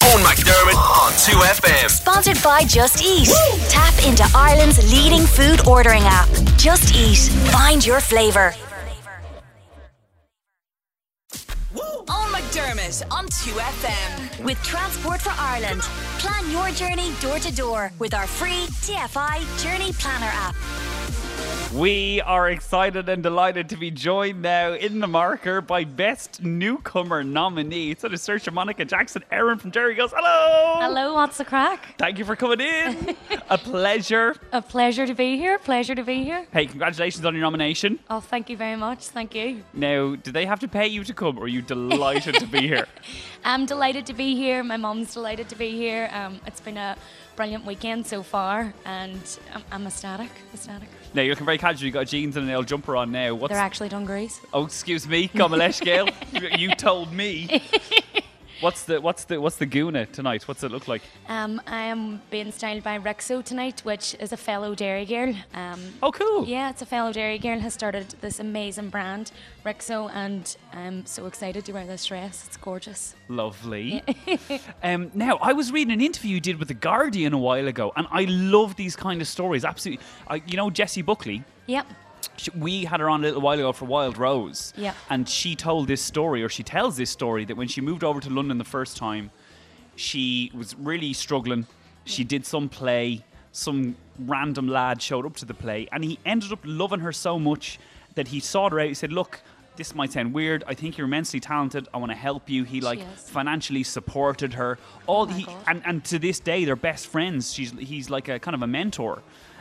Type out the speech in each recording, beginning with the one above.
McDermott on 2FM. Sponsored by Just Eat. Tap into Ireland's leading food ordering app. Just Eat. Find your flavour. On McDermott on 2FM. With Transport for Ireland, plan your journey door to door with our free TFI Journey Planner app. We are excited and delighted to be joined now in the marker by Best Newcomer nominee. It's on a search for Monica Jackson. Erin from Jerry goes, hello. Hello, what's the crack? Thank you for coming in. a pleasure. A pleasure to be here. Pleasure to be here. Hey, congratulations on your nomination. Oh, thank you very much. Thank you. Now, do they have to pay you to come or are you delighted to be here? I'm delighted to be here. My mum's delighted to be here. Um, it's been a brilliant weekend so far, and I'm, I'm ecstatic. Ecstatic. Now, you're looking very casual. You've got jeans and an L jumper on now. What's. They're actually dungarees. oh, excuse me. Kamalesh Gail. you, you told me. What's the what's the what's the guna tonight? What's it look like? Um, I am being styled by Rexo tonight, which is a fellow dairy girl. Um, Oh, cool. Yeah, it's a fellow dairy girl has started this amazing brand, Rexo, and I'm so excited to wear this dress. It's gorgeous. Lovely. um, now, I was reading an interview you did with The Guardian a while ago, and I love these kind of stories. Absolutely. Uh, you know, Jessie Buckley, Yep. sh we had her on a little while ago for Wild Rose. Yeah. And she told this story, or she tells this story, that when she moved over to London the first time, she was really struggling. She did some play. Some random lad showed up to the play, and he ended up loving her so much that he sought her out. He said, "Look, this might sound weird. I think you're immensely talented. I want to help you." He like is. Oh financially supported her. All the, he, God. and and to this day, they're best friends. She's he's like a kind of a mentor.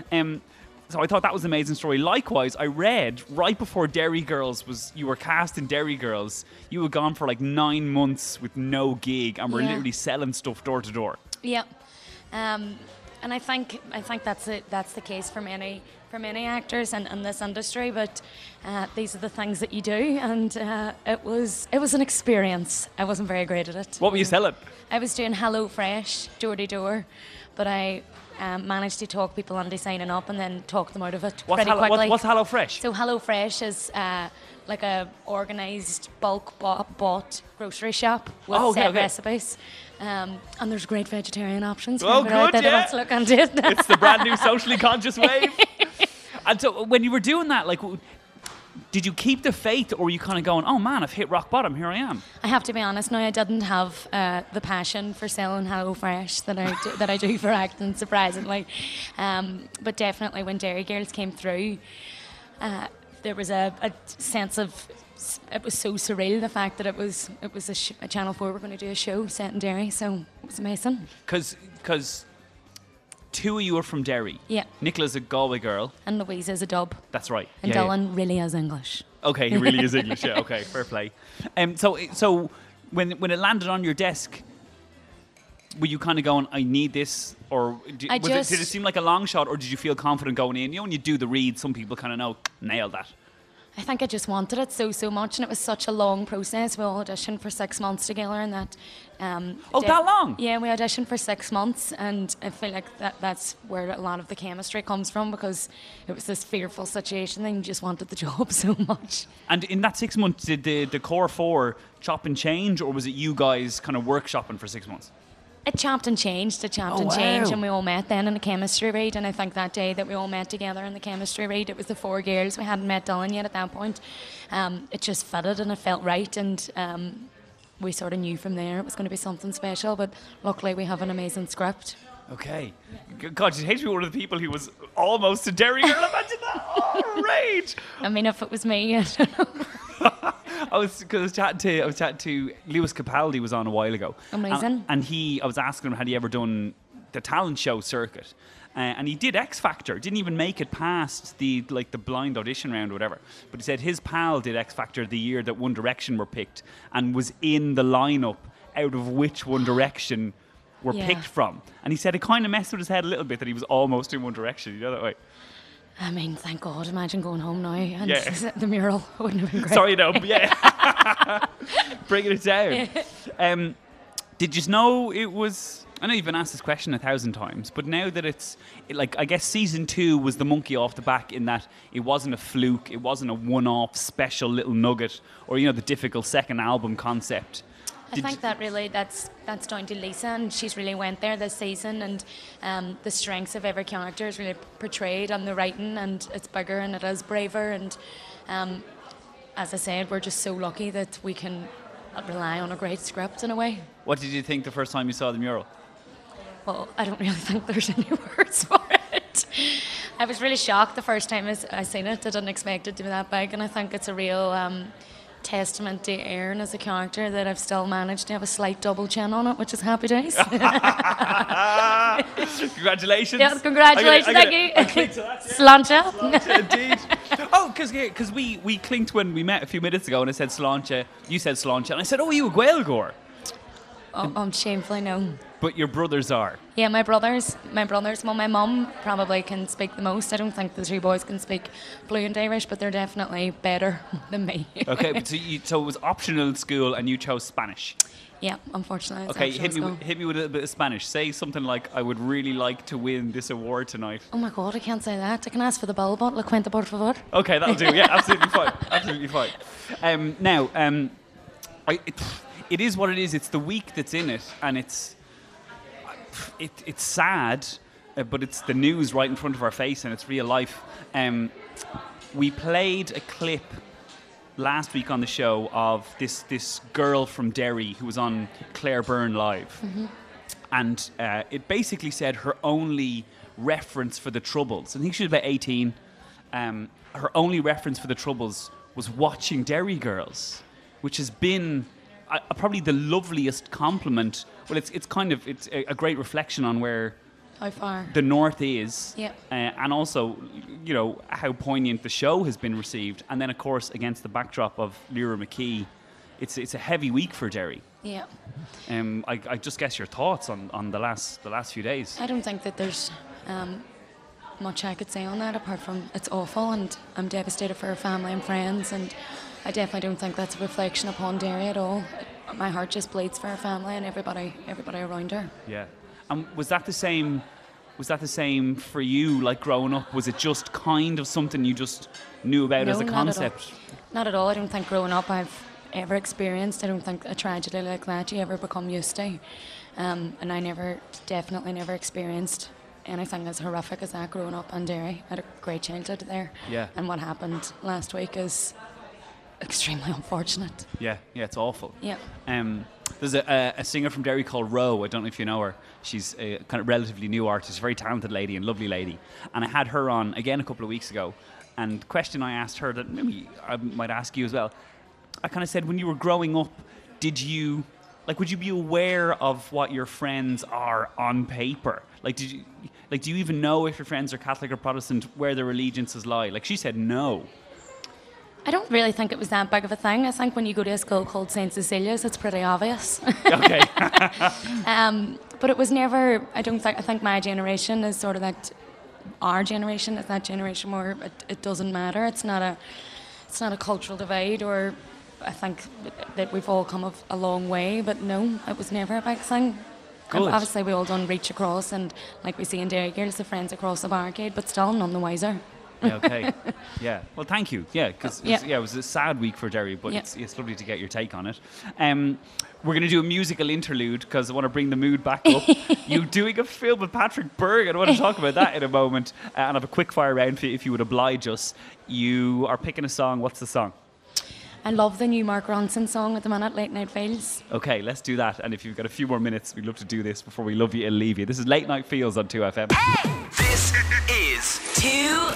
Um, so I thought that was an amazing story. Likewise, I read right before Dairy Girls was you were cast in Dairy Girls. You were gone for like nine months with no gig, and were Yeah. literally selling stuff door to door. Yeah, um, and I think I think that's it. That's the case for many for many actors and in, this industry. But uh, these are the things that you do, and uh, it was it was an experience. I wasn't very great at it. What were you selling? I was doing Hello Fresh, door to door, but I um, managed to talk people into signing up and then talk them out of it What's pretty Hello, quickly. what, what's Hello Fresh? So HelloFresh is uh, like a organised bulk bought, bought grocery shop with Oh, okay, set okay. recipes, um, and there's great vegetarian options. for Oh, everybody out good, there that yeah. wants to look into it. it's the brand new socially conscious wave. and so when you were doing that, like. w- Did you keep the faith, or were you kind of going, "Oh man, I've hit rock bottom. Here I am." I have to be honest. Now I didn't have uh, the passion for selling HelloFresh that I do, that I do for acting, surprisingly. Um, but definitely, when Dairy Girls came through, uh, there was a, a sense of it was so surreal the fact that it was it was a, sh- a Channel Four were going to do a show set in Derry, so it was amazing. Because because two of you are from Derry. Yeah. Nicola's a Galway girl. And Louise is a dub. That's right. And Yeah, yeah. Dylan really is English. Okay, he really is English. Yeah. Okay, fair play. Um. So so when when it landed on your desk. Were you kind of going, I need this, or do, I was just- it, did it seem like a long shot, or did you feel confident going in? You know, when you do the read, some people kind of know, nailed that. I think I just wanted it so, so much. And it was such a long process. We all auditioned for six months together and that. Um, Oh, de- that long? Yeah, we auditioned for six months. And I feel like that, that's where a lot of the chemistry comes from because it was this fearful situation and you just wanted the job so much. And in that six months, did the, the core four chop and change, or was it you guys kind of workshopping for six months? It chopped and changed, it chopped Oh, and changed, wow. and we all met then in a chemistry read. And I think that day that we all met together in the chemistry read, it was the four girls. We hadn't met Dylan yet at that point. Um, it just fitted and it felt right. And um, we sort of knew from there it was going to be something special. But luckily, we have an amazing script. Okay. G- God, you'd hate to be one of the people who was almost a dairy girl. Imagine that. Oh, rage. I mean, if it was me, I don't know. I was because I was chatting to I was chatting to Lewis Capaldi was on a while ago. And, Amazing. and he, I was asking him, had he ever done the talent show circuit? Uh, and he did X Factor. Didn't even make it past the like the blind audition round or whatever. But he said his pal did X Factor the year that One Direction were picked and was in the lineup out of which One Direction were Yeah. picked from. And he said it kind of messed with his head a little bit that he was almost in One Direction. You know that way. I mean, thank God. Imagine going home now and Yeah. the mural wouldn't have been great. Sorry, no. but Yeah. Bringing it down. Um, did you know it was? I know you've been asked this question a thousand times, but now that it's it, like, I guess season two was the monkey off the back in that it wasn't a fluke, it wasn't a one-off special little nugget, or you know the difficult second album concept. I Did think you- that really that's that's down to Lisa, and she's really went there this season, and um, the strengths of every character is really portrayed on the writing, and it's bigger and it is braver, and um, as I said, we're just so lucky that we can rely on a great script in a way. What did you think the first time you saw the mural? Well, I don't really think there's any words for it. I was really shocked the first time I s- I seen it. I didn't expect it to be that big, and I think it's a real um, testament to Erin as a character that I've still managed to have a slight double chin on it, which is happy days. Congratulations. yeah, congratulations, I gotta- I gotta- thank you. Sláinte. Indeed. oh, because we, we clinked when we met a few minutes ago and I said Sláinte, you said Sláinte, and I said, oh, are you a Gaelgor? Oh, I'm shamefully no. But your brothers are. Yeah, my brothers, my brothers. Well, my mum probably can speak the most. I don't think the two boys can speak fluent Irish, but they're definitely better than me. Okay, but so, you, so it was optional in school and you chose Spanish. yeah, unfortunately. it's Okay, optional hit me, school. with- hit me with a little bit of Spanish. Say something like, I would really like to win this award tonight. Oh my god, I can't say that. I can ask for the bill, but la cuenta por favor. Okay, that'll do. Yeah, absolutely fine. Absolutely fine. Um, now, um, I, it, it is what it is. It's the week that's in it, and it's it, it's sad, uh, but it's the news right in front of our face, and it's real life. Um, we played a clip last week on the show of this this girl from Derry who was on Claire Byrne Live and uh, it basically said her only reference for the troubles. I think she was about eighteen. Um, her only reference for the troubles was watching Dairy Girls, which has been uh, probably the loveliest compliment. Well, it's it's kind of it's a, a great reflection on where How far? the North is, Yep. uh, and also you know how poignant the show has been received. And then, of course, against the backdrop of Lyra McKee, it's it's a heavy week for Derry. yeah. Um, I, I just guess your thoughts on, on the last the last few days. I don't think that there's um, much I could say on that apart from it's awful and I'm devastated for her family and friends and I definitely don't think that's a reflection upon Derry at all. My heart just bleeds for her family and everybody everybody around her. Yeah. And was that the same? Was that the same for you? Like growing up, was it just kind of something you just knew about as a No, not at all. concept? Not at all. I don't think growing up I've ever experienced. I don't think a tragedy like that you ever become used to. Um, and I never, definitely never experienced anything as horrific as that growing up on Derry. I had a great childhood there. Yeah. And what happened last week is extremely unfortunate. Yeah, yeah, it's awful. Yeah. Um, there's a, a, a singer from Derry called Roe. I don't know if you know her. She's a kind of relatively new artist, very talented lady and lovely lady. And I had her on again a couple of weeks ago. And the question I asked her that maybe I might ask you as well. I kind of said, when you were growing up, did you like would you be aware of what your friends are on paper? Like, did you like do you even know if your friends are Catholic or Protestant, where their allegiances lie? Like she said, no. I don't really think it was that big of a thing. I think when you go to a school called St. Cecilia's, it's pretty obvious. Okay. Um, but it was never. I don't think. I think my generation is sort of that. Our generation is that generation where it, it doesn't matter. It's not a. It's not a cultural divide, or I think that we've all come of a long way. But no, it was never a big thing. Um, Good. Obviously, we all done reach across, and like we see in Derry Girls, the friends across the barricade, but still none the wiser. yeah, okay. Yeah. Well, thank you. Yeah, because Yeah. yeah. it was a sad week for Derry, but Yeah. it's, it's lovely to get your take on it. Um, we're going to do a musical interlude because I want to bring the mood back up. You're doing a film with Patrick Berg, and I want to talk about that in a moment. Uh, and I have a quick fire round for you if you would oblige us. You are picking a song. What's the song? I love the new Mark Ronson song at the minute, Late Night Feels. Okay, let's do that. And if you've got a few more minutes, we'd love to do this before we love you and leave you. This is Late Night Feels on 2FM. This is 2FM.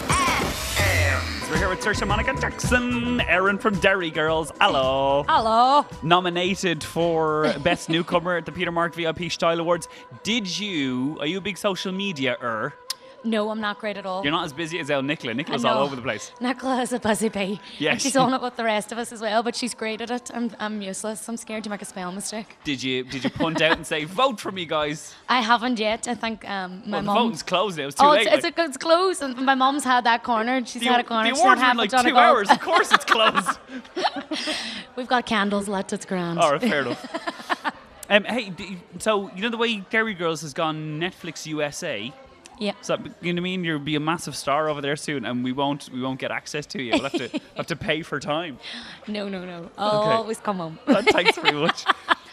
We're here with Saoirse Monica Jackson, Erin from Derry Girls. Hello. Hello. nominated for Best Newcomer at the Peter Mark VIP Style Awards. Did you? Are you a big social media er? No, I'm not great at all. You're not as busy as El Nicola. Nicola's I know. all over the place. Nicola is a busy bee. Yes. And she's on it with the rest of us as well, but she's great at it. I'm, I'm useless. I'm scared to make a spell mistake. Did you? Did you punt out and say, "Vote for me, guys"? I haven't yet. I think um, my Well, the mum. voting's closed. now. It was too oh, late. it's, it's, like, a, it's closed. And my mum's had that cornered. She's the, had a the cornered. She's not awards were in having like done a two goal. hours. Of course, it's closed. We've got candles lit. It's grand. All right, fair enough. Um, hey, d- so you know the way Dairy Girls has gone Netflix USA. Yeah. So you know what I mean? You'll be a massive star over there soon, and we won't we won't get access to you. We'll have to have to pay for time. No, no, no. I'll Okay. always come home. Thanks very much.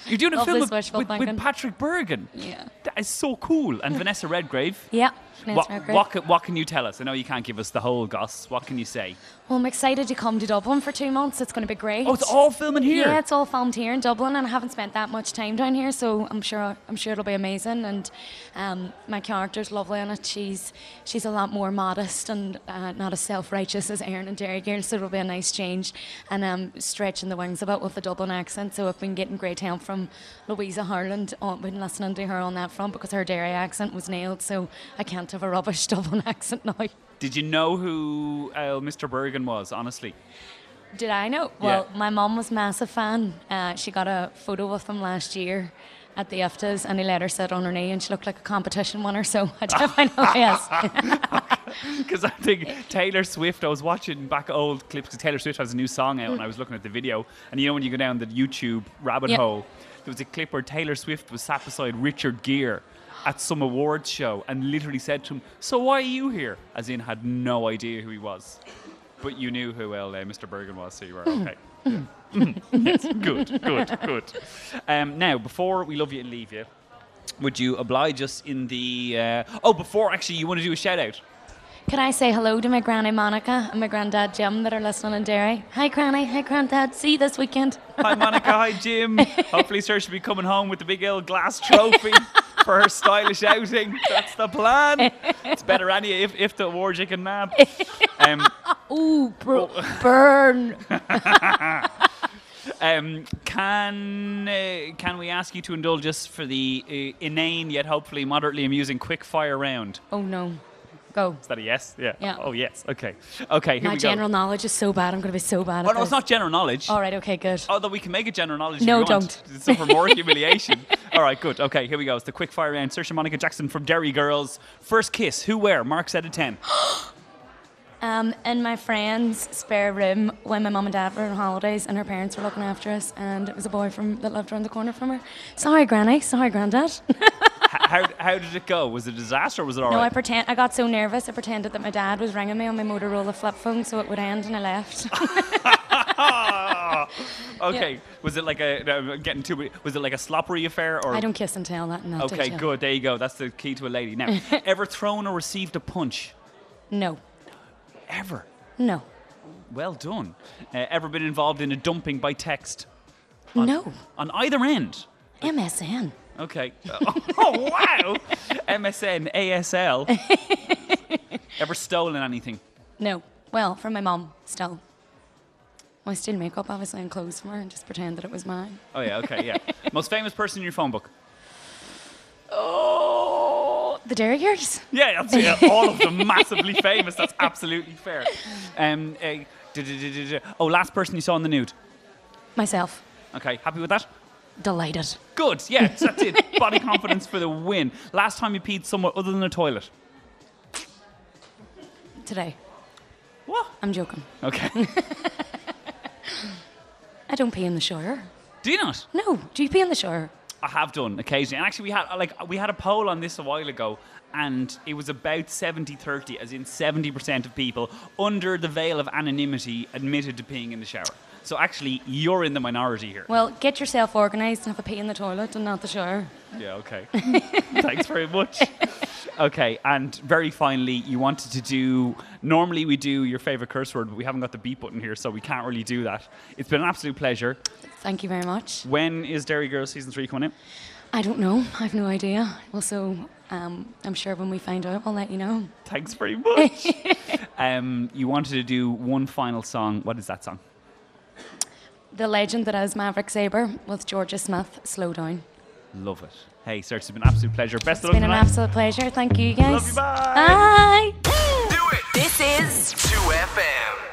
You're doing a Love film this with, wishful with- with thinking. Patrick Bergen. Yeah. That is so cool. And Vanessa Redgrave. Yeah. Vanessa What, Redgrave. what, can, what can you tell us? I know you can't give us the whole goss. What can you say? Well, I'm excited to come to Dublin for two months. It's going to be great. Oh, it's all filming here. Yeah, it's all filmed here in Dublin, and I haven't spent that much time down here, so I'm sure I'm sure it'll be amazing. And um, my character's lovely in it. She's she's a lot more modest and uh, not as self-righteous as Erin and Derry Girl, so it'll be a nice change. And um, stretching the wings a bit with the Dublin accent, so I've been getting great help from Louisa Harland. on been listening to her on that front because her Derry accent was nailed, so I can't have a rubbish Dublin accent now. Did you know who uh, Mr. Bergen was, honestly? Did I know? Well, my mom was massive fan. Uh, she got a photo with him last year at the IFTAs, and he let her sit on her knee, and she looked like a competition winner. So I definitely know. Yes, Because I think Taylor Swift, I was watching back old clips because Taylor Swift has a new song out, and I was looking at the video. And you know, when you go down the YouTube rabbit Yeah. hole, there was a clip where Taylor Swift was sat beside Richard Gere at some awards show and literally said to him, So why are you here? As in, had no idea who he was. But you knew who well, uh, Mr. Bergen was, so you were okay. Yeah. yes, good, good, good. Um, now, before we love you and leave you, would you oblige us in the. Uh, oh, before actually, you want to do a shout out? Can I say hello to my granny Monica and my granddad Jim that are listening in Derry? Hi, granny. Hi, granddad. See you this weekend. Hi, Monica. Hi, Jim. Hopefully, Sir should be coming home with the big old glass trophy for her stylish outing. That's the plan. It's better, Annie, if, if the awards you can nab. Um, Ooh, bro, Oh. burn. um, can uh, can we ask you to indulge us for the uh, inane yet hopefully moderately amusing quick fire round? Oh no, go. Is that a yes? Yeah. Yeah. Oh yes. Okay. Okay. Here my we general Oh, go. knowledge is so bad. I'm going to be so bad Oh at no, this. it's not general knowledge. All right. Okay. Good. Although Oh, we can make it general knowledge. No, if you want. don't. It's for more humiliation. All right, good. Okay, here we go. It's the quick fire round. Saoirse Monica Jackson from Derry Girls. First kiss. Who? Where? Marks out of ten. Um, in my friend's spare room when my mum and dad were on holidays and her parents were looking after us, and it was a boy from that lived around the corner from her. Sorry, Granny. Sorry, Granddad. how, how did it go? Was it a disaster? Or was it all right? no, I pretend. I got so nervous. I pretended that my dad was ringing me on my Motorola flip phone, so it would end, and I left. okay. Was it like a? no, I'm getting too. Was it like a sloppery affair or? I don't kiss and tell that. No. Okay, good. There you go. That's the key to a lady. Now, ever thrown or received a punch? No. Ever. No. Well done. Uh, ever been involved in a dumping by text? No. On either end. MSN. Okay. Oh wow! MSN, ASL. Ever stolen anything? No. Well, from my mum still. I steal makeup obviously and clothes from her and just pretend that it was mine. Oh yeah. Okay. Yeah. Most famous person in your phone book? Oh, the Dairy Girls. Yeah. That's, yeah all of them massively famous. That's absolutely fair. Um. uh, duh, duh, duh, duh, duh. Oh, last person you saw in the nude. Myself. Okay. Happy with that? Delighted. Good. Yeah. That's it. Body confidence for the win. Last time you peed somewhere other than a toilet. Today. What? I'm joking. Okay. I don't pee in the shower. Do you not? No, do you pee in the shower? I have done occasionally. And actually, we had like we had a poll on this a while ago, and it was about 70-30, as in seventy percent of people under the veil of anonymity admitted to peeing in the shower. So actually, you're in the minority here. Well, get yourself organised and have a pee in the toilet and not the shower. Yeah. Okay. Thanks very much. Okay, and very finally, you wanted to do. Normally, we do your favorite curse word, but we haven't got the beep button here, so we can't really do that. It's been an absolute pleasure. Thank you very much. When is Dairy Girls season three coming out? I don't know. I've no idea. Well, so um, I'm sure when we find out, I'll let you know. Thanks very much. um, you wanted to do one final song. What is that song? The legend that is Maverick Sabre with Georgia Smith, Slow Down. Love it. Hey, Serge, it's been an absolute pleasure. Best of It's luck been an tonight. absolute pleasure. Thank you, guys. Love you, bye. Bye. Do it. This is 2FM.